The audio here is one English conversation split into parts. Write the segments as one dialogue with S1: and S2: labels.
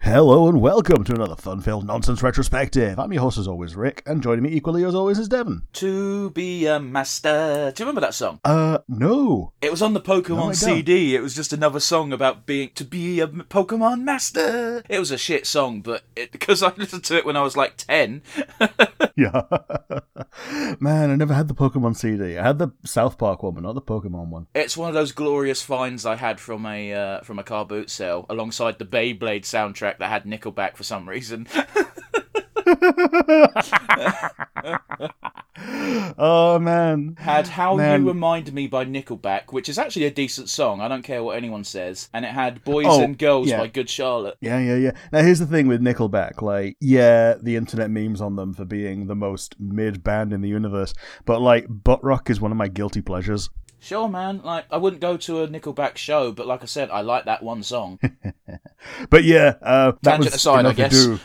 S1: Hello and welcome to another fun-filled nonsense retrospective. I'm your host as always, Rick, and joining me equally as always is Devon.
S2: To be a master. Do you remember that song?
S1: Uh, no.
S2: It was on the
S1: No, I
S2: Pokemon
S1: don't.
S2: CD. It was just another song about being to be a m- Pokemon master. It was a shit song, but it because I listened to it when I was like ten.
S1: Yeah. Man, I never had the Pokemon CD. I had the South Park one, but not the Pokemon one.
S2: It's one of those glorious finds I had from a uh, from a car boot sale, alongside the Beyblade soundtrack that had Nickelback for some reason.
S1: Oh, man.
S2: had How
S1: Man.
S2: You Remind Me by Nickelback, which is actually a decent song. I don't care what anyone says. And it had Boys
S1: Oh,
S2: and Girls
S1: yeah.
S2: by Good Charlotte.
S1: Yeah, yeah, yeah. Now, here's the thing with Nickelback. Like, yeah, the internet memes on them for being the most mid band in the universe, but, like, butt rock is one of my guilty pleasures.
S2: Sure, man. Like I wouldn't go to a Nickelback show, but like I said, I like that one song.
S1: But yeah, uh, that
S2: Tangent
S1: was
S2: aside, I
S1: enough
S2: guess.
S1: ado.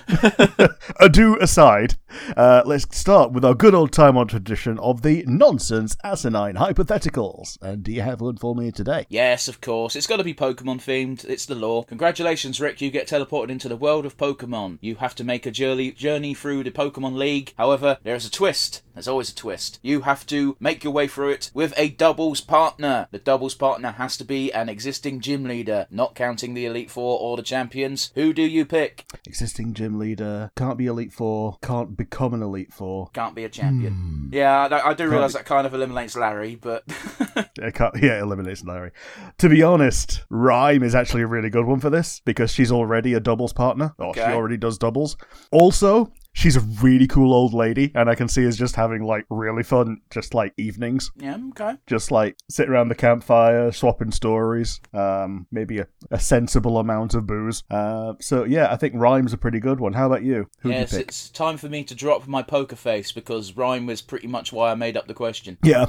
S1: ado aside, uh, let's start with our good old time on tradition of the nonsense asinine hypotheticals. And do you have one for me today?
S2: yes, of course. It's got to be Pokemon themed. It's the law. Congratulations, Rick. You get teleported into the world of Pokemon. You have to make a journey journey through the Pokemon League. However, there is a twist. There's always a twist. You have to make your way through it with a doubles partner. The doubles partner has to be an existing gym leader, not counting the Elite Four or the champions. Who do you pick?
S1: Existing gym leader can't be elite four, can't become an elite four.
S2: Can't be a champion. Yeah, I, I do realise that kind of eliminates Larry, but.
S1: I can't, yeah, eliminates Larry. To be honest, Rhyme is actually a really good one for this because she's already a doubles partner. Or she
S2: Okay.
S1: already does doubles. Also, she's a really cool old lady, and I can see us just having like really fun, just like evenings.
S2: yeah, okay.
S1: just like sit around the campfire, swapping stories, um, maybe a, a sensible amount of booze. Uh, so yeah, I think rhyme's a pretty good one. How about you? Who
S2: yes,
S1: do you pick?
S2: it's time for me to drop my poker face because rhyme was pretty much why I made up the question.
S1: Yeah,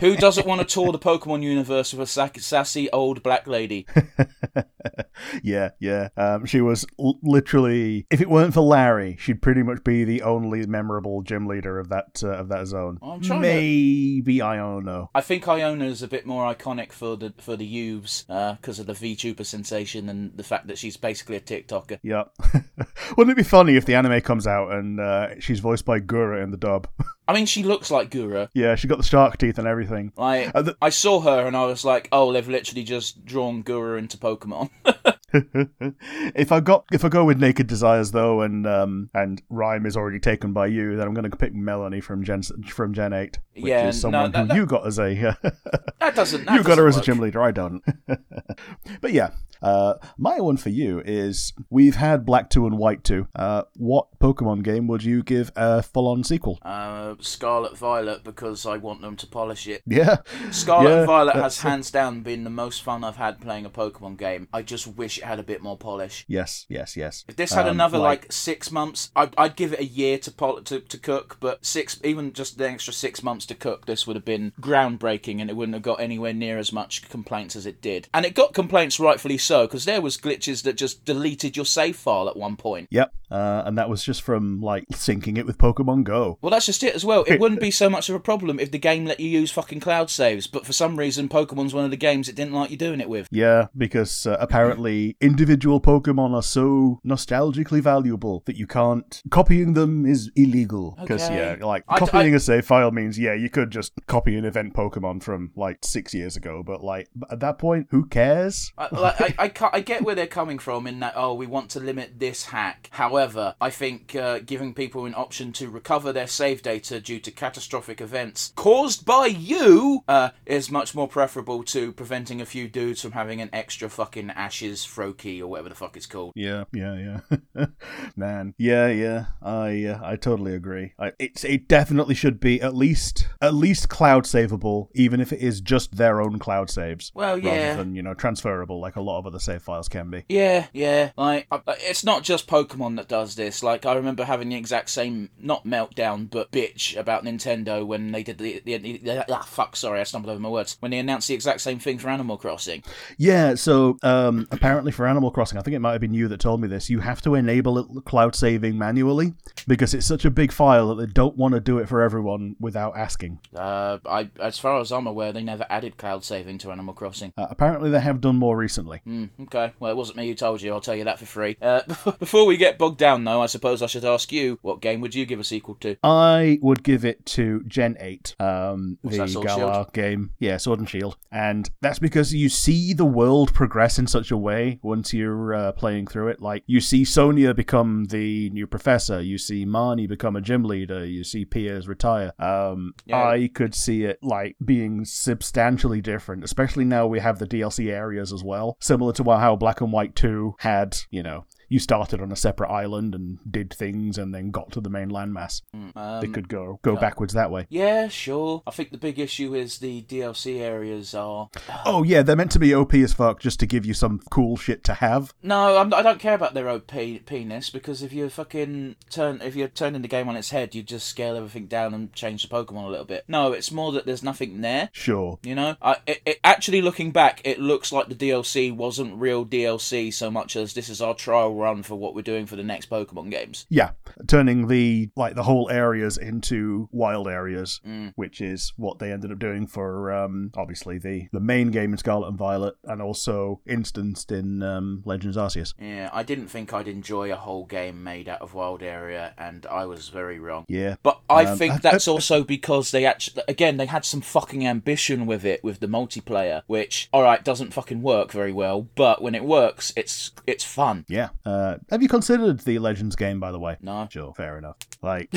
S2: Who doesn't want to tour the Pokemon universe with a sa- sassy old black lady?
S1: yeah, yeah. Um, she was l- literally, if it weren't for Larry, she'd pretty much be the only memorable gym leader of that uh, of that zone.
S2: I'm trying to-
S1: Maybe Iono.
S2: I think Iona's a bit more iconic for the for the youths because of the VTuber sensation and the fact that she's basically a TikToker.
S1: Yeah. Wouldn't it be funny if the anime comes out and uh, she's voiced by Gura in the dub?
S2: I mean, she looks like Gura.
S1: yeah, she got the shark teeth and everything.
S2: Like,
S1: Uh, the-
S2: I saw her and I was like, oh, they've literally just drawn Gura into Pokemon.
S1: if I got if I go with Naked Desires though, and um and Rhyme is already taken by you, then I'm going to pick Melanie from Gen from Gen Eight, which
S2: Yeah,
S1: is
S2: no,
S1: someone
S2: that-
S1: who
S2: that-
S1: you got as a
S2: that doesn't. That
S1: you got her as
S2: doesn't
S1: a gym
S2: work.
S1: leader. I don't. but yeah, uh, my one for you is we've had Black Two and White Two. Uh, what Pokemon game would you give a full on sequel?
S2: Uh, Scarlet Violet because I want them to polish it.
S1: Yeah,
S2: Scarlet
S1: Yeah,
S2: and Violet
S1: that's
S2: has
S1: it.
S2: hands down been the most fun I've had playing a Pokemon game. I just wish it had a bit more polish.
S1: Yes, yes, yes.
S2: If this had
S1: Um,
S2: another like, six months, I'd, I'd give it a year to, pol- to to cook. But six, even just the extra six months to cook, this would have been groundbreaking, and it wouldn't have got anywhere near as much complaints as it did. And it got complaints rightfully so, because there was glitches that just deleted your save file at one point.
S1: Yep, uh, and that was just from like syncing it with Pokemon Go.
S2: Well, that's just it as well. It wouldn't be so much of a problem if the game let you use fucking cloud saves, but for some reason, Pokemon's one of the games it didn't like you doing it with.
S1: Yeah, because uh, apparently individual Pokemon are so nostalgically valuable that you can't copying them is illegal. Because
S2: Okay.
S1: yeah, like
S2: I d-
S1: copying a save file means yeah, you could just copy an event Pokemon from like six years ago, but like at that point, who cares?
S2: I, like, I, I, ca- I get where they're coming from in that, oh, we want to limit this hack. However, I think uh, giving people an option to recover their save data due to catastrophic events caused by you uh, is much more preferable to preventing a few dudes from having an extra fucking ashes throw key or whatever the fuck it's called.
S1: Yeah, yeah, yeah. Man, yeah, yeah. I uh, I totally agree. I, it's it definitely should be at least at least cloud savable, even if it is just their own cloud saves.
S2: Well, yeah.
S1: Rather than you know transferable like a lot of other save files can be.
S2: Yeah, yeah. Like, I- I- it's not just Pokemon that does this. Like, I remember having the exact same, not meltdown, but bitch about Nintendo when they did the. the, the, the- ah, fuck, sorry, I stumbled over my words. When they announced the exact same thing for Animal Crossing.
S1: Yeah, so um, apparently for Animal Crossing, I think it might have been you that told me this. You have to enable it, cloud saving manually because it's such a big file that they don't want to do it for everyone without asking.
S2: Uh, I, as far as I'm aware, they never added cloud saving to Animal Crossing. Hmm,
S1: Uh, apparently, they have done more recently.
S2: Okay, well, it wasn't me who told you, I'll tell you that for free. Uh, before we get bogged down, though, I suppose I should ask you what game would you give a sequel to?
S1: I would give it to Gen 8, um,
S2: Was
S1: the
S2: that Sword and
S1: Galar game. Yeah, Sword and Shield. And that's because you see the world progress in such a way once you're uh, playing through it. Like, you see Sonia become the new professor, you see Marnie become a gym leader, you see Piers retire. Um,
S2: Yeah.
S1: I could see it, like, being substantially different, especially now we have the DLC areas as well, similar to how Black and White 2 had, you know. You started on a separate island and did things and then got to the main landmass
S2: Um,
S1: they could go go backwards that way.
S2: Yeah, sure. I think the big issue is the DLC areas are.
S1: Oh yeah, they're meant to be OP as fuck just to give you some cool shit to have.
S2: No, I'm, I don't care about their own pe- penis because if you fucking turn, if you're turning the game on its head, you just scale everything down and change the Pokemon a little bit. No, it's more that there's nothing there.
S1: Sure.
S2: You know, I, it, it, actually looking back, it looks like the DLC wasn't real DLC so much as this is our trial run for what we're doing for the next Pokemon games.
S1: Yeah, turning the like the whole areas into wild areas,
S2: Mm,
S1: which is what they ended up doing for um, obviously the the main game in Scarlet and Violet, and also instanced in um, Legends Arceus.
S2: Yeah, I didn't think I'd enjoy a whole game made out of Wild Area, and I was very wrong.
S1: Yeah,
S2: But I
S1: Um,
S2: think
S1: I-
S2: that's also because they actually, again, they had some fucking ambition with it, with the multiplayer, which, all right, doesn't fucking work very well, but when it works, it's it's fun.
S1: yeah. Uh, have you considered the Legends game by the way?
S2: No,
S1: Sure, fair enough. Like,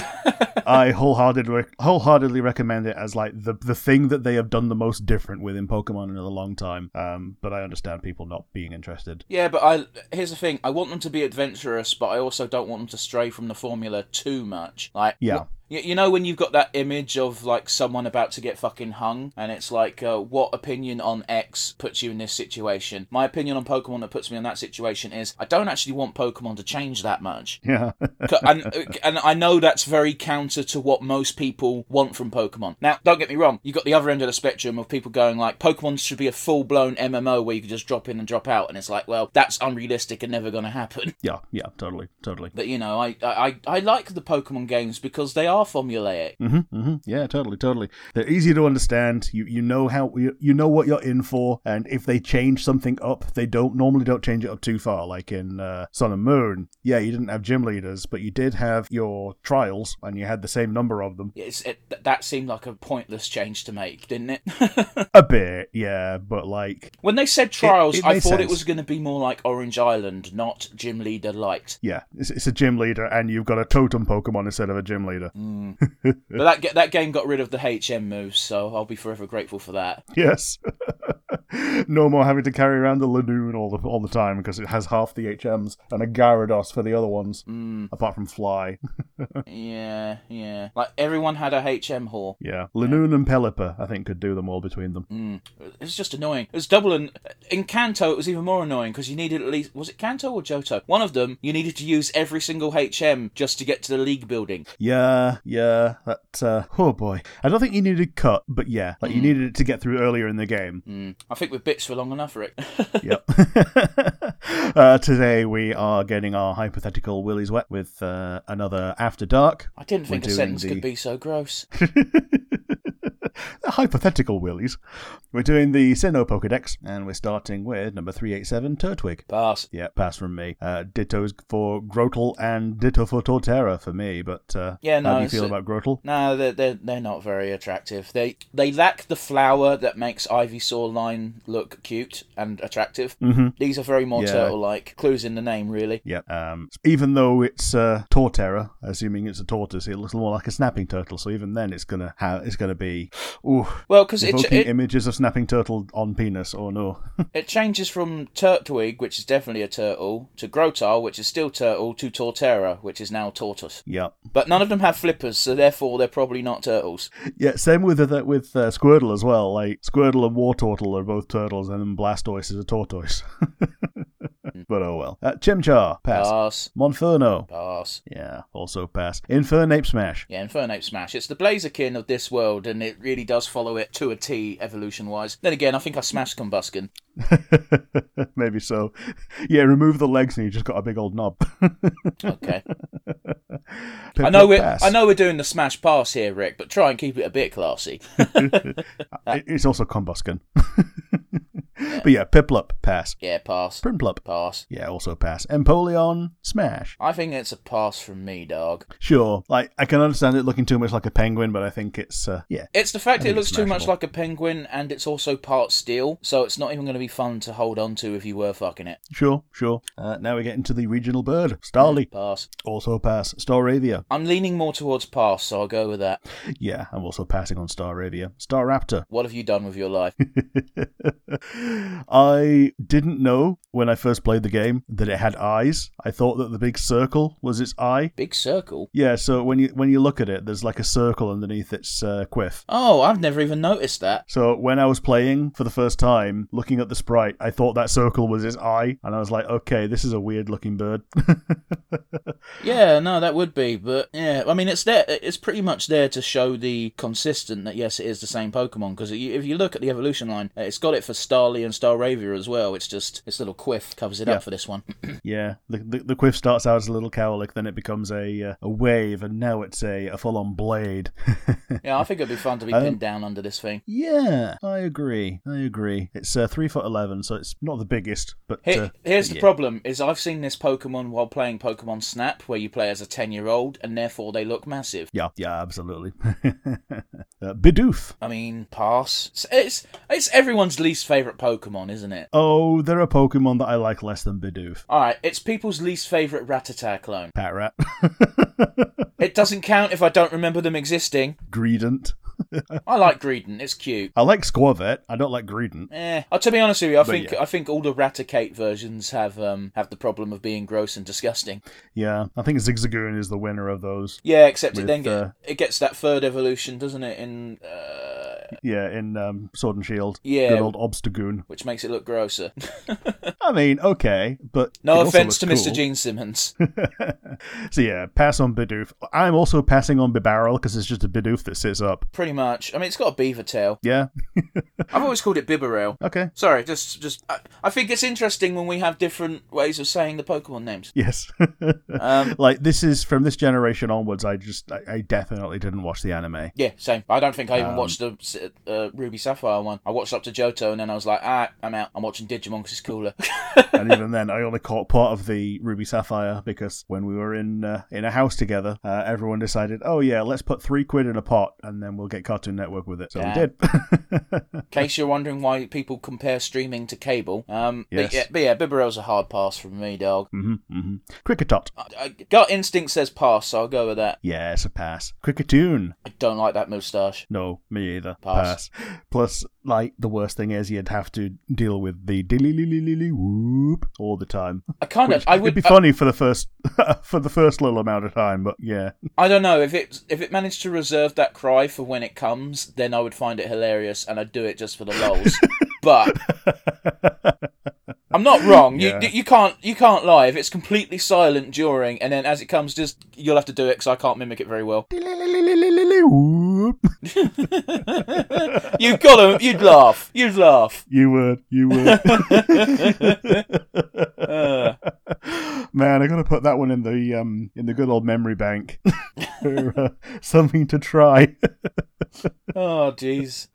S1: I wholeheartedly wholeheartedly recommend it as like the the thing that they have done the most different with in Pokemon in a long time. Um, but I understand people not being interested.
S2: yeah, but I here's the thing: I want them to be adventurous, but I also don't want them to stray from the formula too much. Like,
S1: Yeah.
S2: You, you know when you've got that image of like someone about to get fucking hung, and it's like, uh, what opinion on X puts you in this situation? My opinion on Pokemon that puts me in that situation is I don't actually want Pokemon to change that much.
S1: Yeah,
S2: C- and and I know that's very counter to what most people want from Pokemon. Now, don't get me wrong, you got the other end of the spectrum of people going like Pokemon should be a full-blown MMO where you can just drop in and drop out, and it's like, well, that's unrealistic and never going to happen.
S1: yeah, yeah. Totally, totally.
S2: But you know, I I I I like the Pokemon games because they are formulaic.
S1: hmm hmm Yeah, totally, totally. They're easy to understand. You you know how you, you know what you're in for, and if they change something up, they don't normally don't change it up too far. Like in uh, Sun and Moon, yeah, you didn't have gym leaders, but you did have your trials, and you had the same number of them.
S2: It's, it, th- that seemed like a pointless change to make, didn't it?
S1: A bit, yeah, but like
S2: when they said trials,
S1: it
S2: I
S1: made
S2: thought it
S1: sense.
S2: was going to be more like Orange Island, not Gym Leader Light.
S1: Yeah, it's, it's a gym leader, and you've got a totem Pokemon instead of a gym leader.
S2: But that ga- that game got rid of the HM moves, so I'll be forever grateful for that.
S1: Yes. no more having to carry around the Lanoon all the all the time because it has half the HMs and a Gyarados for the other ones, apart from Fly.
S2: Yeah, yeah. Like everyone had a HM whore.
S1: Yeah, Lanoon and Pelipper, I think, could do them all between them.
S2: It was just annoying. It was double and in Kanto it was even more annoying because you needed at least was it Kanto or Johto? One of them you needed to use every single HM just to get to the league building.
S1: Yeah, yeah. That uh, oh boy, I don't think you needed cut, but yeah, like you needed it to get through earlier in the game.
S2: Hmm. I think we've bitched for long enough, Rick.
S1: Yep. uh, today we are getting our hypothetical willies wet with uh, another After Dark.
S2: I didn't think
S1: We're
S2: a
S1: doing
S2: sentence could
S1: the-
S2: be so gross.
S1: Hypothetical willies. We're doing the Sinnoh Pokedex, and we're starting with number 387, Turtwig.
S2: Pass.
S1: Yeah, pass from me. Uh, ditto's for Grotel and ditto for Torterra for me, but uh,
S2: Yeah, no,
S1: how do you
S2: it's
S1: feel
S2: a-
S1: about Grotel?
S2: No, they're, they're they're not very attractive. They they lack the flower that makes Ivysaur line look cute and attractive. Mm-hmm. These are very more
S1: Yeah.
S2: turtle-like. Clues in the name, really.
S1: Yeah. Um, even though it's uh, Torterra, assuming it's a tortoise, it looks more like a snapping turtle. So even then, it's gonna have it's gonna be ooh,
S2: Well, because it,
S1: evoking
S2: it
S1: images of snapping turtle on penis. Oh no.
S2: It changes from Turtwig, which is definitely a turtle, to Grotar, which is still turtle, to Torterra, which is now tortoise.
S1: yep.
S2: But none of them have flippers, so therefore they're probably not turtles.
S1: Yeah, same with the, with uh, Squirtle as well. Like Squirtle and War Turtle are both turtles, and then Blastoise is a tortoise. but oh well. Uh, Chimchar, pass.
S2: Pass.
S1: Monferno,
S2: Pass.
S1: yeah, also pass. Infernape Smash,
S2: Yeah, Infernape Smash. It's the Blaziken of this world, and it really does follow it to a T evolution wise. Then again, I think I smashed Combuskin.
S1: maybe so. Yeah, remove the legs, and you just got a big old knob.
S2: Okay. I know
S1: Piplup,
S2: we're
S1: pass.
S2: I know we're doing the Smash Pass here, Rick, but try and keep it a bit classy.
S1: It- It's also Combuskin.
S2: it?
S1: But yeah, Piplup, pass.
S2: yeah, pass.
S1: Primplup,
S2: Pass.
S1: yeah, also pass. Empoleon, smash.
S2: I think it's a pass from me, dog.
S1: Sure, like I can understand it looking too much like a penguin, but I think it's uh, yeah,
S2: It's the
S1: I
S2: fact it
S1: think
S2: looks
S1: it's
S2: too much
S1: smashable.
S2: like a penguin and it's also part steel, so it's not even going to be fun to hold on to if you were fucking it.
S1: sure, sure. Uh, now we get into the regional bird, Starly,
S2: Pass.
S1: also pass. Staravia,
S2: I'm leaning more towards pass, so I'll go with that.
S1: yeah, I'm also passing on Staravia. Staraptor.
S2: What have you done with your life?
S1: I didn't know when I first played the game that it had eyes. I thought that the big circle was its eye.
S2: Big circle?
S1: Yeah, so when you when you look at it, there's like a circle underneath its uh, quiff.
S2: Oh, I've never even noticed that.
S1: So when I was playing for the first time, looking at the sprite, I thought that circle was his eye, and I was like, okay, this is a weird looking bird.
S2: Yeah, no, that would be, but yeah, I mean, it's there. It's pretty much there to show the consistent that yes, it is the same Pokemon. Because if you look at the evolution line, uh, it's got it for Starly and Staravia as well. It's just its little quiff covers it
S1: Yeah.
S2: up for this one.
S1: yeah, the, the the quiff starts out as a little cowlick, then it becomes a uh, a wave, and now it's a, a full on blade.
S2: yeah, I think it'd be fun to be
S1: Um,
S2: pinned down under this thing.
S1: Yeah, I agree. I agree. It's uh, three foot eleven, so it's not the biggest, but
S2: Here-
S1: uh,
S2: here's the
S1: yeah.
S2: problem: is I've seen this Pokemon while playing Pokemon Snap, where you play as a ten-year-old, and therefore they look massive.
S1: Yeah, yeah, absolutely. uh, Bidoof.
S2: I mean, pass. It's it's, it's everyone's least favorite Pokemon, isn't it?
S1: Oh, there are Pokemon that I like less than Bidoof.
S2: All right, it's people's least favorite Rattata clone.
S1: Pat Rat.
S2: It doesn't count if I don't remember them existing.
S1: Greedent.
S2: I like Greedon. It's cute.
S1: I like Squavet. I don't like Greedent.
S2: Eh. Uh, to be honest with you, I
S1: But
S2: think
S1: yeah.
S2: I think all the Raticate versions have um have the problem of being gross and disgusting.
S1: Yeah, I think Zigzagoon is the winner of those.
S2: Yeah, except it
S1: With,
S2: then get,
S1: uh,
S2: it gets that third evolution, doesn't it? In uh,
S1: Yeah, in um, Sword and Shield.
S2: Yeah.
S1: Good old Obstagoon.
S2: which makes it look grosser.
S1: I mean, okay, but. it
S2: no
S1: also
S2: offense to
S1: looks
S2: Mr.
S1: cool.
S2: Gene Simmons.
S1: so yeah, pass on Bidoof. I'm also passing on Bibarel because it's just a Bidoof that sits up.
S2: Pretty much. I mean, it's got a beaver tail.
S1: Yeah.
S2: I've always called it Bibarel.
S1: Okay.
S2: Sorry, just just I, I think it's interesting when we have different ways of saying the Pokemon names.
S1: Yes.
S2: Um,
S1: like this is from this generation onwards. I just I, I definitely didn't watch the anime.
S2: Yeah, same. I don't think I even
S1: Um,
S2: watched the uh, Ruby Sapphire one. I watched up to Johto and then I was like, ah, I'm out. I'm watching Digimon because it's cooler.
S1: and even then, I only caught part of the Ruby Sapphire because when we were in uh, in a house together, uh, everyone decided, oh yeah, let's put three quid in a pot, and then we'll get Cartoon Network with it. So
S2: Yeah.
S1: we did.
S2: In case you're wondering why people compare streaming to cable, um,
S1: Yes.
S2: but yeah, but yeah, Bibarel's a hard pass from me, dog.
S1: hmm hmm Cricketot.
S2: I, I, gut instinct says pass, so I'll go with that.
S1: Yeah, it's a pass. Cricketoon.
S2: I don't like that moustache.
S1: No, me either.
S2: Pass.
S1: Plus, like, the worst thing is you'd have to deal with the dilly whoop all the time.
S2: I kind of,
S1: Which
S2: I
S1: would
S2: would,
S1: be
S2: I-
S1: funny for the first for the first little amount of time, but yeah.
S2: I, don't know if it if it managed to reserve that cry for when it comes, then I would find it hilarious and I'd do it just for the lols. but I'm not wrong.
S1: Yeah.
S2: You You you can't you can't lie. If it's completely silent during, and then as it comes, just you'll have to do it because I can't mimic it very well.
S1: Dilly-lily-lily-lily-whoop.
S2: You gotta you'd laugh. You'd laugh.
S1: you would, you would.
S2: Uh,
S1: Man, I gotta put that one in the um in the good old memory bank for uh, something to try
S2: oh jeez.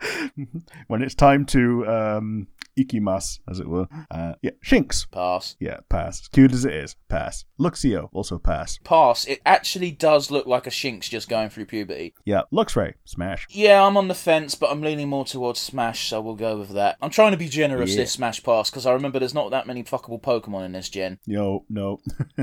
S1: when it's time to um ikimas, as it were. Uh, yeah, shinks.
S2: Pass.
S1: Yeah, pass. As cute as it is, pass. Luxio, also pass.
S2: Pass. It actually does look like a Shinx just going through puberty.
S1: Yeah, Luxray, smash.
S2: Yeah, I'm on the fence, but I'm leaning more towards Smash, so we'll go with that. I'm trying to be generous
S1: Yeah.
S2: this Smash Pass because I remember there's not that many fuckable Pokemon in this gen.
S1: No, no.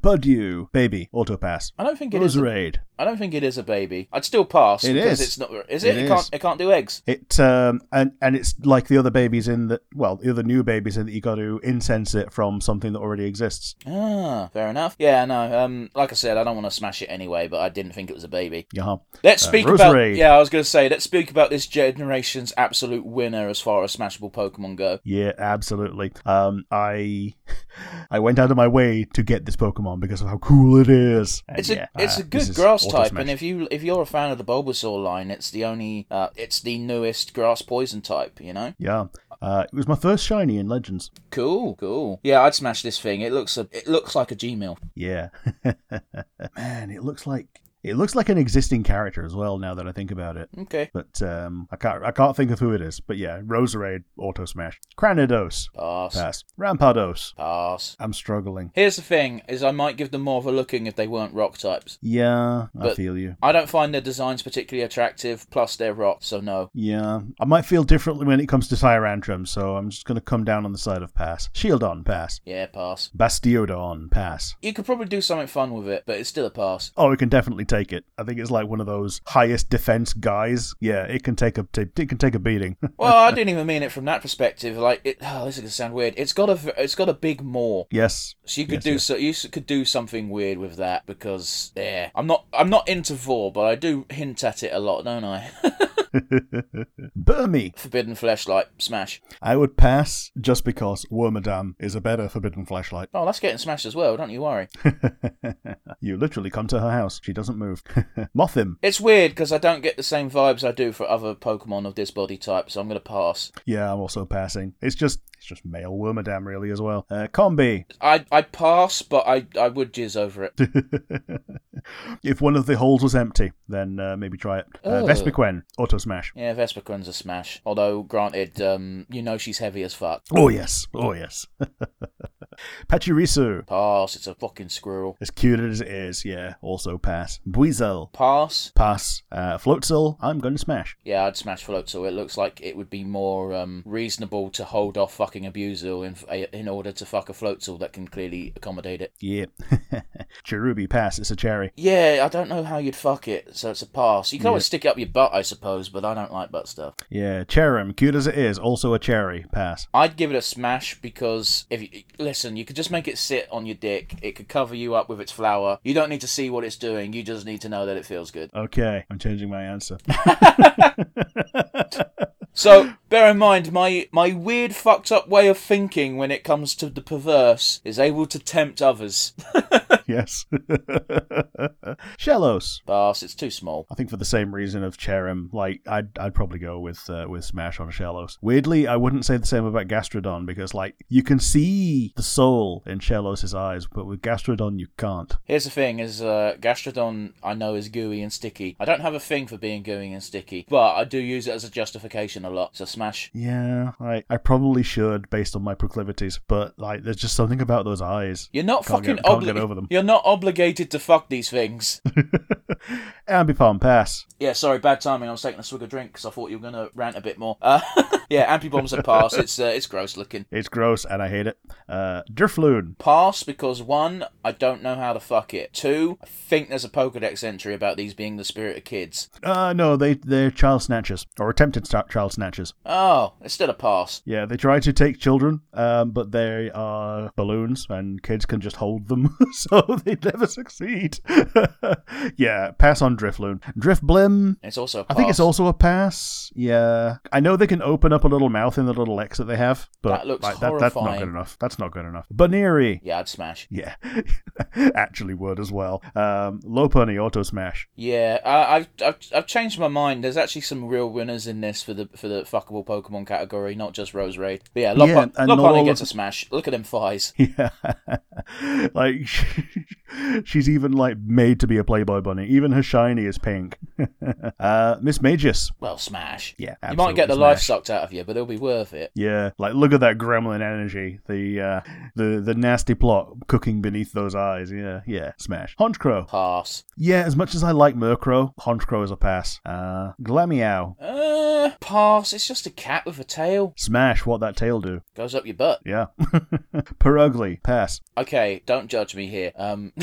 S1: Budew, baby, auto pass.
S2: I don't think it is. A,
S1: Roserade.
S2: I don't think it is a baby. I'd still pass.
S1: It
S2: because
S1: is.
S2: It's not. Is it?
S1: It
S2: It,
S1: is.
S2: can't. It can't do eggs.
S1: It um and and it's like the other babies in the well the other new babies in that you got to incense it from something that already exists.
S2: Ah, fair enough. Yeah, no. Um, like I said, I don't want to smash it anyway, but I didn't think it was a baby.
S1: Yeah.
S2: Let's
S1: Uh,
S2: speak about.
S1: Roserade.
S2: Yeah, I was going to say, let's speak about this generation's absolute winner as far as smashable Pokemon go.
S1: Yeah, absolutely. Um, I I went out of my way to get this Pokemon because of how cool it is. And
S2: It's
S1: yeah,
S2: a it's
S1: uh,
S2: a
S1: this
S2: good
S1: is
S2: grass
S1: Auto
S2: type,
S1: Smash.
S2: and if you if you're a fan of the Bulbasaur line, it's the only uh, it's the newest grass poison type. You know,
S1: yeah, uh, it was my first shiny in Legends.
S2: cool, cool. Yeah, I'd smash this thing. It looks a it looks like a Gmail.
S1: Yeah, man, it looks like. It looks like an existing character as well. Now that I think about it,
S2: Okay.
S1: but um, I can't I can't think of who it is. But yeah, Roserade, Auto Smash, Cranidos,
S2: Pass.
S1: Pass, Rampardos.
S2: Pass.
S1: I'm struggling.
S2: Here's the thing: is I might give them more of a looking if they weren't rock types.
S1: Yeah, I
S2: But-
S1: feel you.
S2: I don't find their designs particularly attractive. Plus, they're rock, so no.
S1: Yeah, I might feel differently when it comes to Tyrantrum, so I'm just gonna come down on the side of Pass. Shieldon, Pass.
S2: Yeah, pass.
S1: Bastiodon, Pass.
S2: You could probably do something fun with it, but it's still a pass.
S1: Oh, it can definitely take it. I think it's like one of those highest defense guys. Yeah, it can take a it can take a beating.
S2: Well, I didn't even mean it from that perspective. Like, it, oh, this is gonna sound weird. It's got a, v- it's got a big maw.
S1: yes.
S2: So you could
S1: Yes,
S2: do
S1: yes.
S2: so. You s- could do something weird with that because yeah, I'm not. I'm not into vor, but I do hint at it a lot, don't I?
S1: Burmy.
S2: Forbidden fleshlight smash.
S1: I would pass just because Wormadam is a better forbidden flashlight.
S2: Oh, that's getting smashed as well. Don't you worry.
S1: you literally come to her house. She doesn't move. Mothim.
S2: It's weird because I don't get the same vibes I do for other Pokemon of this body type, so I'm gonna pass.
S1: Yeah, I'm also passing. It's just it's just male Wormadam really as well. Uh, Combi.
S2: I I pass, but I I would jizz over it.
S1: if one of the holes was empty, then uh, maybe try it. Uh,
S2: Ugh.
S1: Vespiquen. Auto smash.
S2: Yeah, Vesperquin's a smash. Although, granted, um, you know she's heavy as fuck.
S1: Oh yes. Oh yes. Pachirisu.
S2: Pass. It's a fucking squirrel.
S1: As cute as it is, yeah. Also pass. Buizel.
S2: Pass.
S1: Pass. Uh, Floatzel. I'm going to smash.
S2: Yeah, I'd smash float. So it looks like it would be more um, reasonable to hold off fucking Abuzel in in order to fuck a floatzel that can clearly accommodate it.
S1: Yeah. Cherubi. Pass. It's a cherry.
S2: Yeah, I don't know how you'd fuck it, so it's a pass. You can always stick it up your butt, I suppose, but I don't like butt stuff.
S1: Yeah. Cherim. Cute as it is. Also a cherry. Pass.
S2: I'd give it a smash because if you listen, you could just make it sit on your dick. It could cover you up with its flower. You don't need to see what it's doing. You just need to know that it feels good.
S1: Okay. I'm changing my answer.
S2: So bear in mind, my my weird fucked up way of thinking when it comes to the perverse is able to tempt others.
S1: yes. Shellos.
S2: Pass. It's too small.
S1: I think for the same reason of Cherim, like I'd I'd probably go with uh, with Smash on Shellos. Weirdly, I wouldn't say the same about Gastrodon because like you can see the soul in Shellos' eyes, but with Gastrodon you can't.
S2: Here's the thing: is uh, Gastrodon I know is gooey and sticky. I don't have a thing for being gooey and sticky, but I do use it as a justification a lot. So smash.
S1: Yeah, I I probably should based on my proclivities, but like there's just something about those eyes.
S2: You're not
S1: Can't
S2: fucking
S1: get- can't get
S2: obli-
S1: over them.
S2: You're not obligated to fuck these things.
S1: Ambipom pass.
S2: yeah, sorry, bad timing. I was taking a swig of drink because I thought you were gonna rant a bit more. Uh, yeah, Ampibomb's a pass. It's uh, it's gross looking.
S1: It's gross and I hate it. Uh Drifloon.
S2: Pass because one, I don't know how to fuck it. Two, I think there's a Pokedex entry about these being the spirit of kids.
S1: Uh no, they they're child snatchers or attempted sta- child snatchers.
S2: Oh, it's still a pass.
S1: Yeah, they try to take children, um, but they are balloons and kids can just hold them, so they never succeed. yeah, pass on Drifloon. Driftblim.
S2: It's also a
S1: I
S2: pass.
S1: think it's also a pass. Yeah, I know they can open up a little mouth in the little X that they have, but
S2: That looks
S1: like, that, that's not good
S2: horrifying.
S1: enough. That's not good enough. Baneri.
S2: Yeah, I'd smash.
S1: Yeah, actually would as well. Um, Lopunny auto smash.
S2: Yeah, I, I've, I've I've changed my mind. There's actually some real winners in this for the for the fuckable Pokemon category, not just Rose Raid. But yeah,
S1: Yeah,
S2: Lop-
S1: and not all
S2: Lopunny
S1: of
S2: gets
S1: them-
S2: a smash. Look at them thighs.
S1: Yeah, like she's even like made to be a Playboy bunny. Even her shiny is pink. uh, Miss Magus.
S2: Well, smash.
S1: Yeah,
S2: you might get the
S1: absolutely
S2: life
S1: smash.
S2: sucked out of you, but it'll be worth it.
S1: Yeah, like look at that gremlin energy, the uh, the the nasty plot cooking beneath those eyes. Yeah, yeah, smash. Honchcrow.
S2: Pass.
S1: Yeah, as much as I like Murkrow, Honchcrow is a pass. Uh, Glammeow.
S2: Uh, pass. It's just a cat with a tail.
S1: Smash what that tail do.
S2: Goes up your butt.
S1: Yeah. Perugly, pass.
S2: Okay, don't judge me here. Um,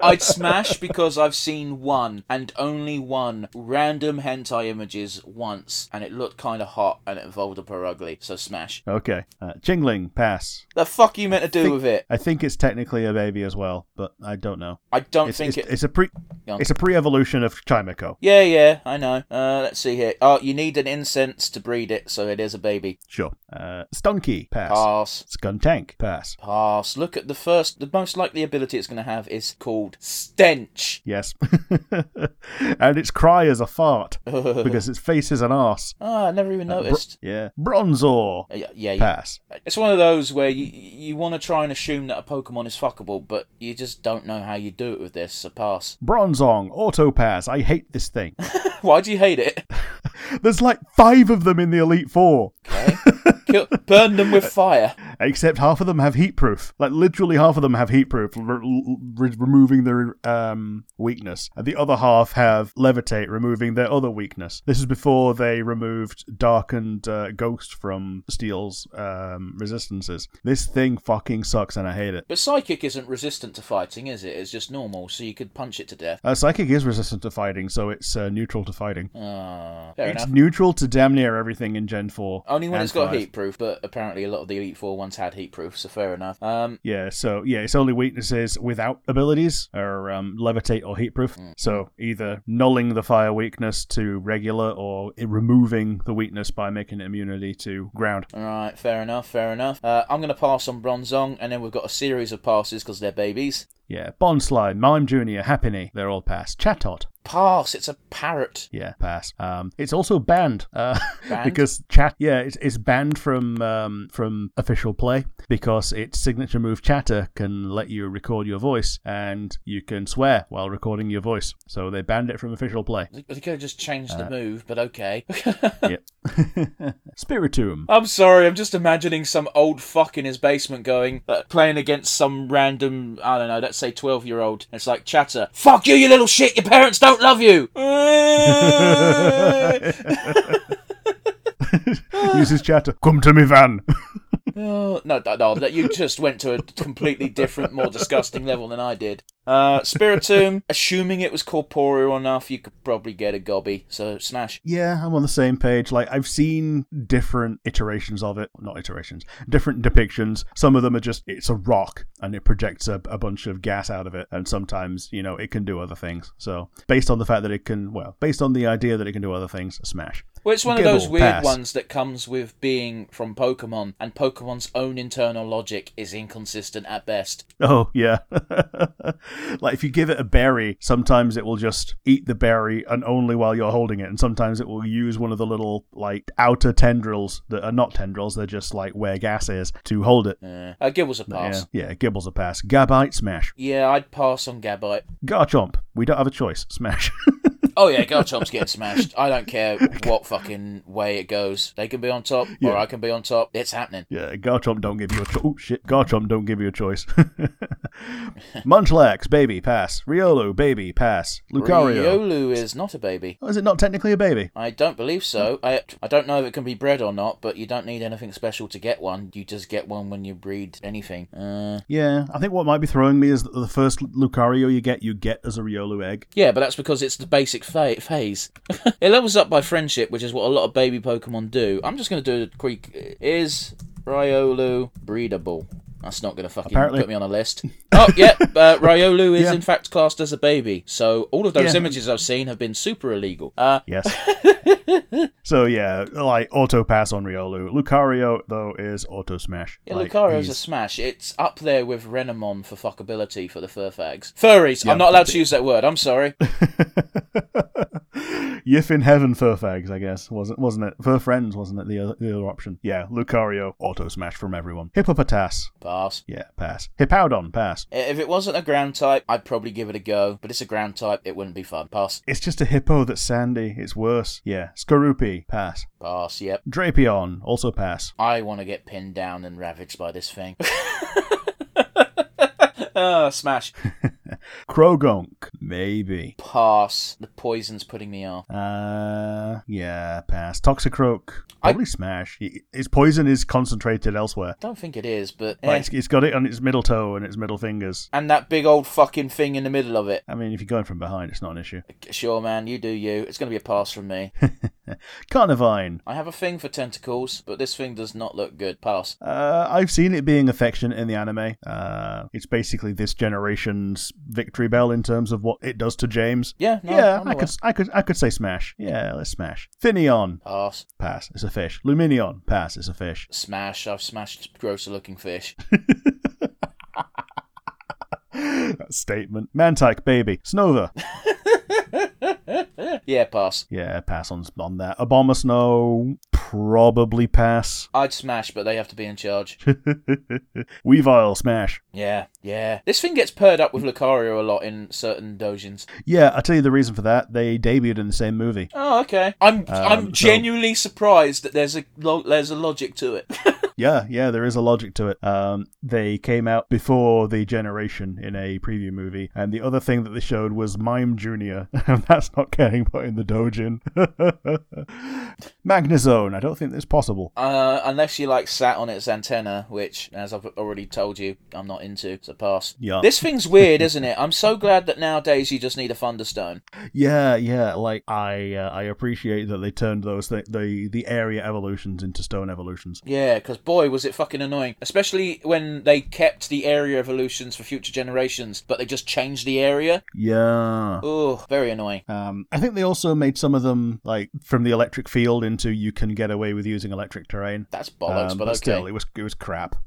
S2: I'd smash because I've seen one and only one random hentai images once, and it looked kind of hot, and it involved a perugly. So smash.
S1: Okay. Uh, Chingling, pass.
S2: The fuck you meant to do
S1: think-
S2: with it?
S1: I think it's technically a baby as well, but I don't know.
S2: I don't
S1: It's,
S2: think
S1: it's,
S2: it.
S1: it's a pre
S2: Go on.
S1: it's a pre-evolution of Chimico.
S2: Yeah, yeah, I know. Uh, let's see here. Oh, you need an incense to breed it, so it is a baby.
S1: Sure. Uh, Stunky, pass.
S2: Pass.
S1: Skuntank, pass.
S2: Pass. Look at the first. The most likely ability it's going to have is called St- stench.
S1: Yes. and its cry is a fart because its face is an arse.
S2: Ah, I never even noticed.
S1: Yeah. Bronzor.
S2: Uh, yeah, yeah, you-
S1: Pass.
S2: it's one of those where you you want to try and assume that a Pokemon is fuckable, but you just don't know how you do it with this. So pass.
S1: Bronzong. Auto pass. I hate this thing.
S2: Why do you hate it?
S1: There's like five of them in the Elite Four,
S2: Okay. Kill, burn them with fire.
S1: except half of them have heat proof. Like literally half of them have heat proof, re- re- removing their um, weakness, and the other half have levitate, removing their other weakness. This is before they removed darkened uh, ghost from Steel's um, resistances. This thing fucking sucks, and I hate it.
S2: But psychic isn't resistant to fighting, is it? It's just normal, so you could punch it to death.
S1: Uh, Psychic is resistant to fighting, so it's uh, neutral to fighting.
S2: Ah, fair
S1: it's
S2: enough.
S1: neutral to damn near everything in Gen 4.
S2: Only when
S1: and
S2: it's got
S1: 5.
S2: heat proof, but apparently a lot of the Elite Four ones had heat proof, so fair enough. Um,
S1: Yeah, so yeah, its only weaknesses without abilities are um, levitate or heatproof. So either nulling the fire weakness to regular or i- removing the weakness by making it immunity to ground.
S2: alright, fair enough, fair enough. Uh, I'm going to pass on Bronzong, and then we've got a series of passes because they're babies.
S1: Yeah, Bonslide, Mime Junior, Happiny, they're all pass. Chatot,
S2: Pass, it's a parrot.
S1: yeah, pass. Um, it's also banned, uh,
S2: Banned?
S1: because chat, yeah, it's, it's banned from um, from official play because its signature move chatter can let you record your voice and you can swear while recording your voice. So they banned it from official play.
S2: They could have just changed the move, but okay.
S1: yep. Spiritum.
S2: I'm sorry, I'm just imagining some old fuck in his basement going, uh, playing against some random, I don't know, let's say 12 year old. And It's like chatter. Fuck you, you little shit, your parents don't love you!
S1: Uses chatter. Come to me, Van.
S2: Oh, no, no, no, that you just went to a completely different, more disgusting level than I did. Uh, Spiritomb, assuming it was corporeal enough, you could probably get a gobby, so smash.
S1: yeah, I'm on the same page. Like, I've seen different iterations of it. Not iterations, different depictions. Some of them are just, it's a rock and it projects a, a bunch of gas out of it. And sometimes, you know, it can do other things. So, based on the fact that it can, well, based on the idea that it can do other things, smash.
S2: Well, it's one of
S1: Gibble,
S2: those weird
S1: pass.
S2: ones that comes with being from Pokemon, and Pokemon's own internal logic is inconsistent at best.
S1: Oh, yeah. like if you give it a berry, sometimes it will just eat the berry and only while you're holding it. And sometimes it will use one of the little, like, outer tendrils that are not tendrils, they're just like where gas is to hold it.
S2: Yeah. Uh, Gibble's a
S1: Yeah,
S2: pass.
S1: yeah, Gibble's a pass. Gabite, smash.
S2: Yeah. I'd pass on Gabite.
S1: Garchomp, we don't have a choice. Smash.
S2: Oh yeah, Garchomp's getting smashed. I don't care what fucking way it goes. They can be on top, or
S1: Yeah.
S2: I can be on top. It's happening.
S1: yeah, Garchomp don't give you a choice. Oh, shit. Garchomp don't give you a choice. Munchlax, baby, pass. Riolu, baby, pass. Lucario.
S2: Riolu is not a baby.
S1: Oh, is it not technically a baby?
S2: I don't believe so.
S1: Hmm.
S2: I I don't know if it can be bred or not, but you don't need anything special to get one. You just get one when you breed anything. Uh,
S1: Yeah, I think what might be throwing me is that the first Lucario you get, you get as a Riolu egg.
S2: yeah, but that's because it's the basic fa- phase. it levels up by friendship, which is what a lot of baby Pokemon do. I'm just gonna do a quick. Is Riolu breedable? That's not gonna fucking
S1: Apparently-
S2: put me on a list. Oh yeah, uh, Riolu is
S1: Yeah.
S2: in fact classed as a baby. So all of those
S1: Yeah.
S2: images I've seen have been super illegal. Uh,
S1: Yes. so yeah, like auto pass on Riolu. Lucario though is auto smash.
S2: Yeah,
S1: Like,
S2: Lucario's a
S1: he's-
S2: smash. It's up there with Renamon for fuckability for the fur fags. Furries. I'm not allowed to use that word. I'm sorry.
S1: Yiff in heaven furfags, I guess wasn't wasn't it? Fur friends wasn't it the other, the other option? Yeah, Lucario auto smash from everyone. Hippopotas,
S2: Pass.
S1: yeah, pass. Hippowdon, pass.
S2: If it wasn't a ground type, I'd probably give it a go. But it's a ground type. It wouldn't be fun. Pass.
S1: It's just a hippo that's sandy. It's worse. Yeah, Skorupi, pass.
S2: Pass. Yep.
S1: Drapion, also pass.
S2: I want to get pinned down and ravaged by this thing. Ah, smash.
S1: Krogunk, maybe.
S2: Pass. The poison's putting me off.
S1: Uh, yeah, pass. Toxicroak,
S2: I-
S1: probably smash. I- Its poison is concentrated elsewhere.
S2: Don't think it is, but. eh.
S1: Like, it's, it's got it on its middle toe and its middle fingers.
S2: And that big old fucking thing in the middle of it.
S1: I mean, if you're going from behind, it's not an issue.
S2: Sure, man. You do you. It's going to be a pass from me.
S1: Carnivine.
S2: I have a thing for tentacles, but this thing does not look good. Pass.
S1: Uh, I've seen it being affectionate in the anime. Uh, it's basically this generation's victory bell in terms of what it does to James.
S2: Yeah, no,
S1: yeah,
S2: I'm
S1: I
S2: aware.
S1: could, I could, I could say smash. Yeah, let's smash. Finion,
S2: Pass.
S1: pass. It's a fish. Luminion, pass. It's a fish.
S2: Smash. I've smashed grosser looking fish.
S1: that statement. Mantike, baby. Snova.
S2: yeah, pass.
S1: Yeah, pass on, on that. Obama Snow, probably pass.
S2: I'd smash, but they have to be in charge.
S1: Weavile, smash.
S2: Yeah, yeah. This thing gets paired up with Lucario a lot in certain dojins.
S1: Yeah, I'll tell you the reason for that. They debuted in the same movie.
S2: Oh, okay. I'm I'm
S1: Um, so-
S2: genuinely surprised that there's a lo- there's a logic to it.
S1: Yeah, yeah, there is a logic to it. Um, they came out before the generation in a preview movie, and the other thing that they showed was Mime Junior, and that's not getting put in the dojin. Magnezone, I don't think that's possible.
S2: uh, unless you like sat on its antenna, which, as I've already told you, I'm not into. So pass.
S1: Yeah.
S2: This thing's weird, isn't it? I'm so glad that nowadays you just need a thunderstone.
S1: Yeah, yeah, like I, uh, I appreciate that they turned those th- the the area evolutions into stone evolutions.
S2: Yeah, because boy, was it fucking annoying. Especially when they kept the area evolutions for future generations, but they just changed the area.
S1: Yeah.
S2: Oh, very annoying.
S1: Um, I think they also made some of them like from the electric field into you can get away with using electric terrain.
S2: That's bollocks,
S1: Um,
S2: but, okay.
S1: still, it was it was crap.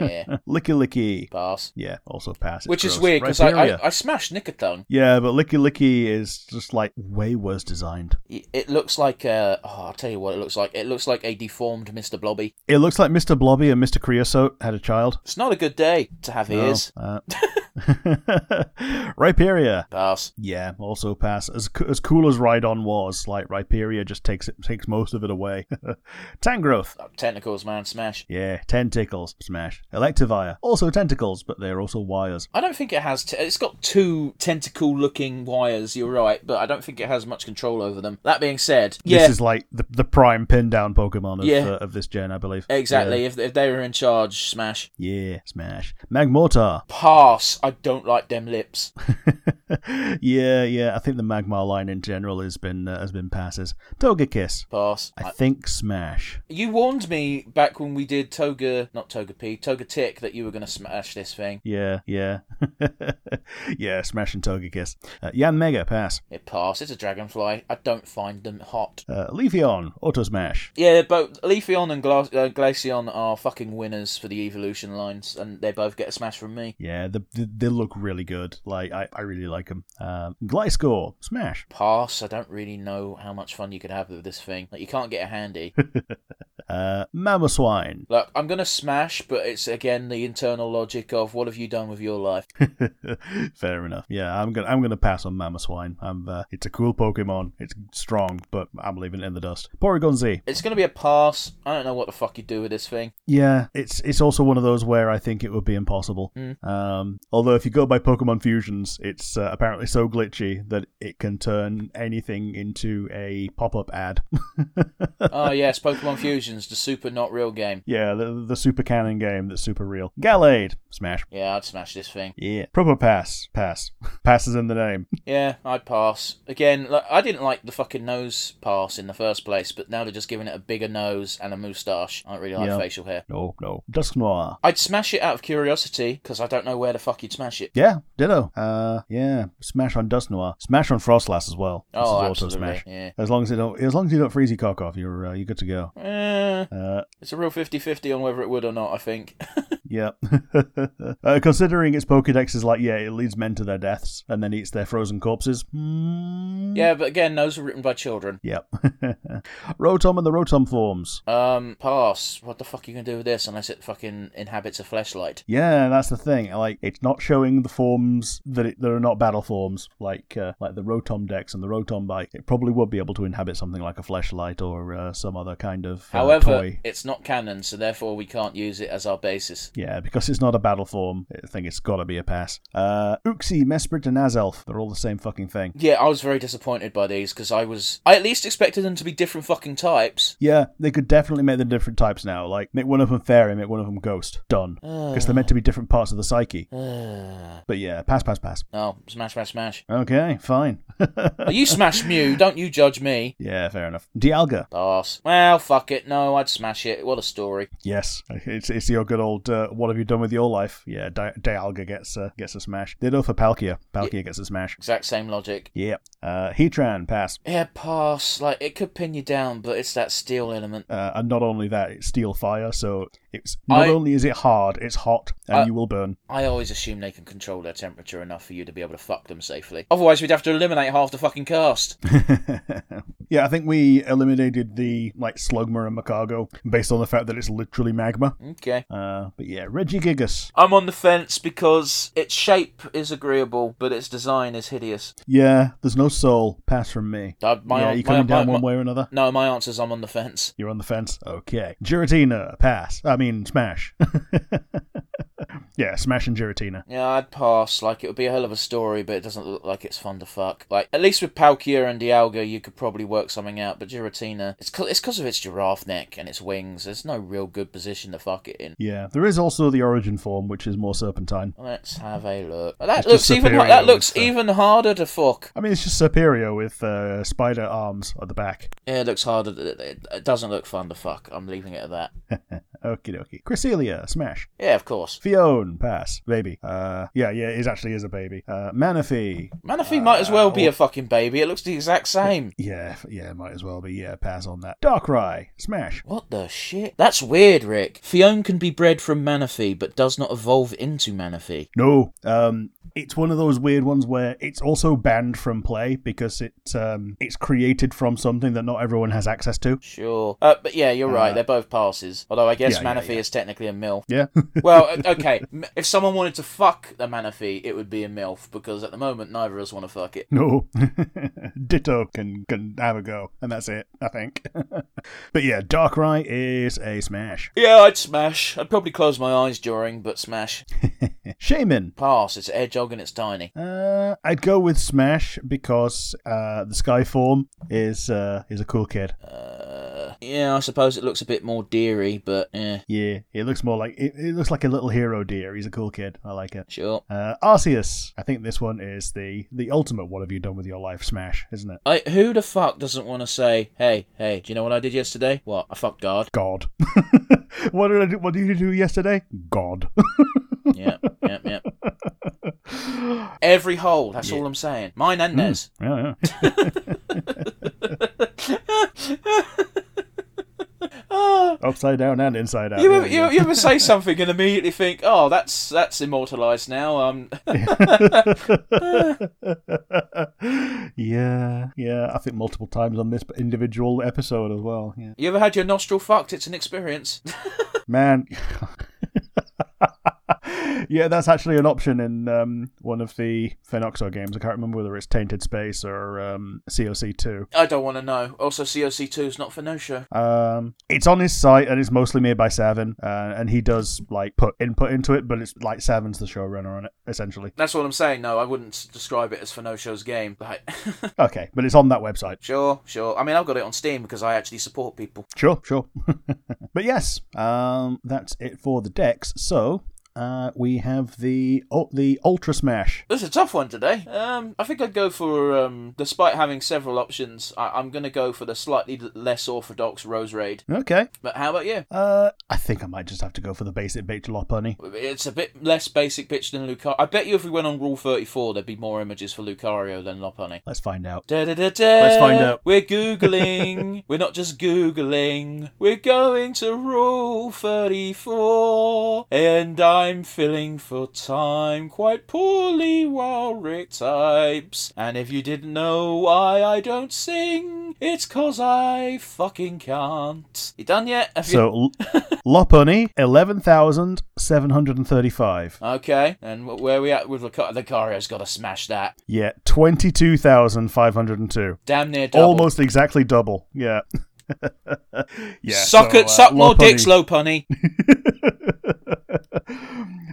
S2: Yeah.
S1: licky licky.
S2: Pass.
S1: Yeah, also pass. It's
S2: Which is
S1: gross.
S2: weird because I,
S1: Rhyperia.
S2: I I smashed Nicotone.
S1: yeah, but licky licky is just like way worse designed.
S2: Y- It looks like uh oh, I'll tell you what it looks like. It looks like a deformed Mr. Blobby.
S1: It looks like Mr. Blobby and Mr. Creosote had a child.
S2: It's not a good day to have ears.
S1: Oh, uh, Rhyperia.
S2: Pass.
S1: Yeah, also pass. As co- as cool as Rhydon was, like Rhyperia just takes it takes most of it away. Tangrowth.
S2: Oh, Tentacles, man, smash.
S1: Yeah, tentacles. Smash. Electivire. Also tentacles, but they're also wires.
S2: I don't think it has. T- it's got two tentacle-looking wires. You're right, but I don't think it has much control over them. That being said, yeah,
S1: This is like the, the prime pin down Pokemon of,
S2: Yeah.
S1: uh, of this gen, I believe.
S2: Exactly. If, if they were in charge, smash.
S1: Yeah, yeah smash. Magmortar.
S2: Pass. I don't like them lips.
S1: yeah, yeah. I think the Magmar line in general has been uh, has been passes. Togekiss.
S2: Pass.
S1: I
S2: I-
S1: think smash.
S2: you warned me back when we did Toga, not Toga P, Toga Tick, that you were going to smash this thing.
S1: Yeah, yeah, yeah. Smash and Togekiss. Uh, Yan Mega pass.
S2: It passed. It's a dragonfly. I don't find them hot.
S1: Uh, Leafeon auto smash.
S2: Yeah, both Leafeon and Gla- uh, Glaceon are fucking winners for the evolution lines, and they both get a smash from me.
S1: Yeah, the, the, they look really good. Like I, I really like them. Um, Gliscor smash.
S2: Pass. I don't really know how much fun you could have with this thing. Like you can't get a handy.
S1: Uh, Mamoswine.
S2: Look, I'm gonna smash, but it's again the internal logic of what have you done with your life.
S1: Fair enough. Yeah, I'm gonna I'm gonna pass on Mamoswine. I'm uh, it's a cool Pokemon. It's strong, but I'm leaving it in the dust. Porygon Z.
S2: It's going to be a pass. I don't know what the fuck you do with this thing.
S1: Yeah, it's it's also one of those where I think it would be impossible. Um, although if you go by Pokemon fusions, it's uh, apparently so glitchy that it can turn anything into a pop-up ad.
S2: oh, yes, Pokemon Fusions, the super not real game.
S1: yeah, the, the super cannon game that's super real. Gallade, smash.
S2: Yeah, I'd smash this thing.
S1: Yeah, proper pass, pass, passes in the name.
S2: Yeah, I'd pass. Again, like, I didn't like the fucking nose pass in the first place, but now they're just giving it a bigger nose and a moustache. I don't really like
S1: Yeah.
S2: facial hair.
S1: No, no. Dusknoir.
S2: I'd smash it out of curiosity, because I don't know where the fuck you'd smash it.
S1: Yeah, ditto. Uh, yeah, smash on Dusknoir. Smash on Frostlass as well. This
S2: Oh,
S1: is
S2: absolutely.
S1: smash.
S2: Yeah.
S1: As long as you don't, as long as you don't freeze your cock off, you're uh, you're good to go.
S2: Eh,
S1: Uh,
S2: it's a real 50 50 on whether it would or not, I think.
S1: Yeah. uh, considering its Pokedex is like, yeah, it leads men to their deaths and then eats their frozen corpses. Mm.
S2: yeah, but again, those are written by children.
S1: Yep. Rotom and the Rotom forms.
S2: Um, pass. What the fuck are you going to do with this unless it fucking inhabits a fleshlight?
S1: Yeah, that's the thing. Like, it's not showing the forms that it, that are not battle forms, like uh, like the Rotom Dex and the Rotom Bite. It probably would be able to inhabit something like a fleshlight or uh, some other kind of uh,
S2: However,
S1: toy.
S2: it's not canon, so therefore we can't use it as our basis.
S1: Yeah, because it's not a battle form. I think it's got to be a pass. Uh, Uxie, Mesprit, and Azelf. They're all the same fucking thing.
S2: Yeah, I was very disappointed by these because I was. I at least expected them to be different fucking types.
S1: Yeah, they could definitely make them different types now. Like, make one of them fairy, make one of them ghost. Done. Because they're meant to be different parts of the psyche.
S2: oh,
S1: But yeah, pass, pass, pass.
S2: smash, smash, smash.
S1: Okay, fine.
S2: you smash Mew, don't you judge me.
S1: yeah, fair enough. Dialga.
S2: Pass. Well, fuck it. No, I'd smash it. What a story.
S1: Yes, it's, it's your good old uh, what have you done with your life? Yeah, Di- Dialga gets uh, gets a smash. They do for Palkia. Palkia gets a smash.
S2: Exact same logic.
S1: Yeah. Uh, Heatran, pass.
S2: Yeah, pass. Like, it could pin you down, but it's that steel element.
S1: Uh, and not only that, it's steel fire, so It's not
S2: I-
S1: only is it hard, it's hot, and
S2: Uh,
S1: you will burn.
S2: I always assume they can control their temperature enough for you to be able to fuck them safely. Otherwise, we'd have to eliminate half the fucking cast.
S1: yeah, I think we eliminated the like Slugma and Macargo based on the fact that it's literally magma.
S2: Okay.
S1: Uh, but yeah, Reggie Gigas.
S2: I'm on the fence because its shape is agreeable, but its design is hideous.
S1: Yeah, there's no soul. Pass from me.
S2: Uh, my,
S1: yeah,
S2: an-
S1: you
S2: my,
S1: coming down
S2: my-
S1: one
S2: my-
S1: way or another?
S2: No, my answer's I'm on the fence.
S1: You're on the fence. Okay. Giratina, pass. I mean, smash. yeah, smash and Giratina.
S2: Yeah, I'd pass. Like, it would be a hell of a story, but it doesn't look like it's fun to fuck. Like, at least with Palkia and Dialga, you could probably work something out, but Giratina, it's because of its giraffe neck and its wings. There's no real good position to fuck it in.
S1: Yeah, there is also the origin form, which is more serpentine.
S2: Let's have a look. That
S1: It's
S2: looks
S1: just
S2: even
S1: superior,
S2: that looks
S1: so-
S2: even harder to fuck.
S1: I mean, it's just superior with uh, spider arms at the back.
S2: Yeah, it looks harder. to- It, it doesn't look fun to fuck. I'm leaving it at that.
S1: Okie dokie. Cresselia, smash.
S2: Yeah, of course.
S1: Fion, pass. Baby. Uh, yeah, yeah, it actually is a baby. Uh, Manaphy.
S2: Manaphy might as well
S1: Uh,
S2: be a fucking baby. It looks the exact same.
S1: Yeah, f- yeah, might as well be. Yeah, pass on that. Darkrai, smash.
S2: What the shit? That's weird, Rick. Fionn can be bred from Manaphy, but does not evolve into Manaphy.
S1: No, um, it's one of those weird ones where it's also banned from play because it um, it's created from something that not everyone has access to.
S2: Sure. Uh, but yeah, you're right. They're both passes. Although I guess
S1: yeah, yeah,
S2: Manaphy is technically a milf.
S1: Yeah,
S2: well, o- okay. M- If someone wanted to fuck a Manaphy, it would be a milf because at the moment neither of us want to fuck it.
S1: no, Ditto can can have a go, and that's it, I think. but yeah, Darkrai is a smash.
S2: Yeah, I'd smash. I'd probably close my eyes during, but smash.
S1: Shaman.
S2: Pass. It's a hedgehog and it's tiny.
S1: Uh, I'd go with Smash because uh, the Skyform is uh, is a cool kid.
S2: Uh, yeah, I suppose it looks a bit more deery, but eh,
S1: Yeah, it looks more like it, it looks like a little hero deer. He's a cool kid. I like it.
S2: sure.
S1: Uh, Arceus. I think this one is the the ultimate. What have you done with your life? Smash, isn't it?
S2: I, who the fuck doesn't want to say, hey, hey, do you know what I did yesterday? What? I fucked God.
S1: God. what did I do? What did you do yesterday? God.
S2: Yep, yep, yep. Every hole, that's all I'm saying. Mine and theirs.
S1: yeah, yeah.
S2: Ah,
S1: Upside down and inside out.
S2: you,
S1: There
S2: ever,
S1: we
S2: you,
S1: go.
S2: you ever say something and immediately think, oh, that's that's immortalised now. Um,
S1: yeah, yeah. I think multiple times on this individual episode as well. Yeah.
S2: you ever had your nostril fucked? It's an experience.
S1: Man. yeah, that's actually an option in um, one of the Phenoxo games. I can't remember whether it's Tainted Space or um, COC2.
S2: I don't want to know. Also, COC2 is not for no show.
S1: Um, it's on his site and it's mostly made by Savin, uh, and he does like put input into it, but it's like Savin's the showrunner on it essentially.
S2: That's all I'm saying. No, I wouldn't s- describe it as for no show's game. Like,
S1: Okay, but it's on that website.
S2: Sure, sure. I mean, I've got it on Steam because I actually support people.
S1: Sure, sure. but yes, um, that's it for the decks. So uh, we have the oh, the Ultra Smash.
S2: This is a tough one today. Um, I think I'd go for, um, despite having several options, I- I'm going to go for the slightly l- less orthodox Rose Raid.
S1: Okay.
S2: But how about you?
S1: Uh, I think I might just have to go for the basic baked honey.
S2: It's a bit less basic bitch than Lucario. I bet you if we went on Rule 34, there'd be more images for Lucario than Lopunny.
S1: Let's find out.
S2: Let's
S1: find out.
S2: We're Googling. we're not just Googling. We're going to Rule 34. And I'm filling for time quite poorly while Rick types. And if you didn't know why I don't sing, it's 'cause I fucking can't. You done yet? Have you-
S1: So L- Lopunny, eleven thousand seven hundred and thirty-five.
S2: Okay, and wh- where we at with Luca- Lucario's got to smash that.
S1: Yeah, twenty-two thousand five hundred and two.
S2: Damn near double.
S1: Almost exactly double. Yeah. yeah.
S2: suck
S1: so,
S2: it,
S1: uh,
S2: suck more
S1: Lopunny-
S2: dicks, low punny.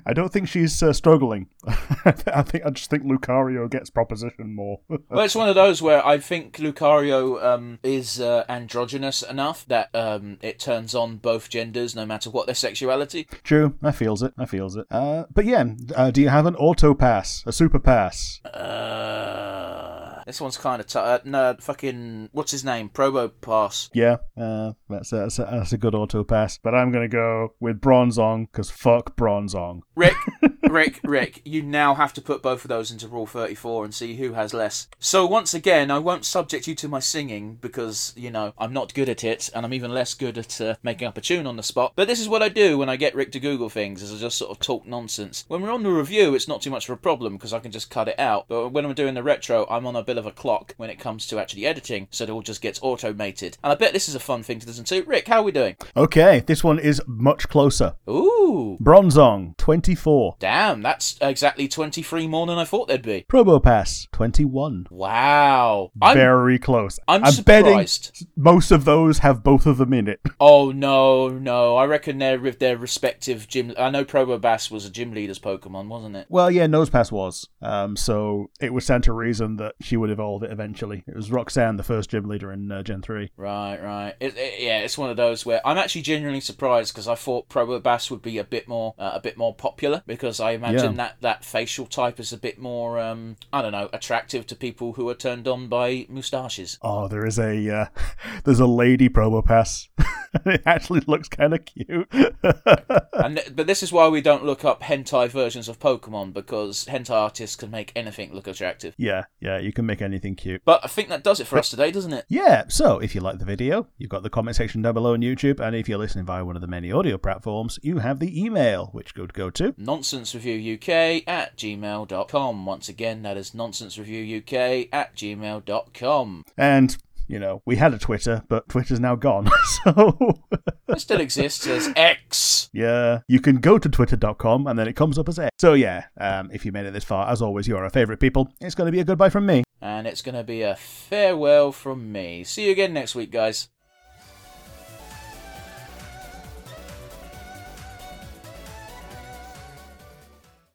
S1: I don't think she's uh, struggling. I think I just think Lucario gets proposition more.
S2: Well, it's one of those where I think Lucario um, is uh, androgynous enough that um, it turns on both genders, no matter what their sexuality.
S1: True, I feels it. I feels it. Uh, but yeah, uh, do you have an auto pass, a super pass?
S2: Uh, this one's kind of tough. Uh, no, fucking what's his name? Probo Pass.
S1: Yeah, uh, that's a, that's, a, that's a good auto pass. But I'm gonna go with Bronzong because fuck Bronzong.
S2: Rick, Rick, Rick, you now have to put both of those into Rule 34 and see who has less. So, once again, I won't subject you to my singing because, you know, I'm not good at it and I'm even less good at uh, making up a tune on the spot. But this is what I do when I get Rick to Google things, is I just sort of talk nonsense. When we're on the review, it's not too much of a problem because I can just cut it out. But when I'm doing the retro, I'm on a bit of a clock when it comes to actually editing, so it all just gets automated. And I bet this is a fun thing to listen to. Rick, how are we doing?
S1: Okay, this one is much closer.
S2: Ooh.
S1: Bronzong, 24.
S2: Damn, that's exactly 23 more than I thought there'd be.
S1: Probopass, 21.
S2: Wow. I'm,
S1: Very close.
S2: I'm
S1: betting
S2: surprised.
S1: most of those have both of them in it.
S2: oh, no, no. I reckon they're with their respective gym. I know Probobass was a gym leader's Pokemon, wasn't it?
S1: Well, yeah, Nosepass was. Um, so it was down to reason that she would evolve it eventually. It was Roxanne, the first gym leader in uh, Gen 3.
S2: Right, right. It, it- yeah, it's one of those where I'm actually genuinely surprised because I thought Probobass would be a bit more, uh, a bit more popular because I imagine
S1: Yeah.
S2: that that facial type is a bit more, um, I don't know, attractive to people who are turned on by moustaches.
S1: Oh, there is a uh, there's a lady Probopass. it actually looks kind of cute.
S2: and th- but this is why we don't look up hentai versions of Pokemon because hentai artists can make anything look attractive.
S1: yeah, yeah, you can make anything cute.
S2: But I think that does it for us today, doesn't it?
S1: Yeah, so if you like the video, you've got the comment section down below on YouTube, and if you're listening via one of the many audio platforms, you have the email, which could go to.
S2: NonsenseReviewUK at gmail.com. Once again, that is NonsenseReviewUK at gmail.com.
S1: And, you know, we had a Twitter, but Twitter's now gone. so,
S2: It still exists as X.
S1: yeah, you can go to twitter.com and then it comes up as X. So, yeah, um, if you made it this far, as always, you're our favourite people. It's going to be a goodbye from me.
S2: And it's going to be a farewell from me. See you again next week, guys.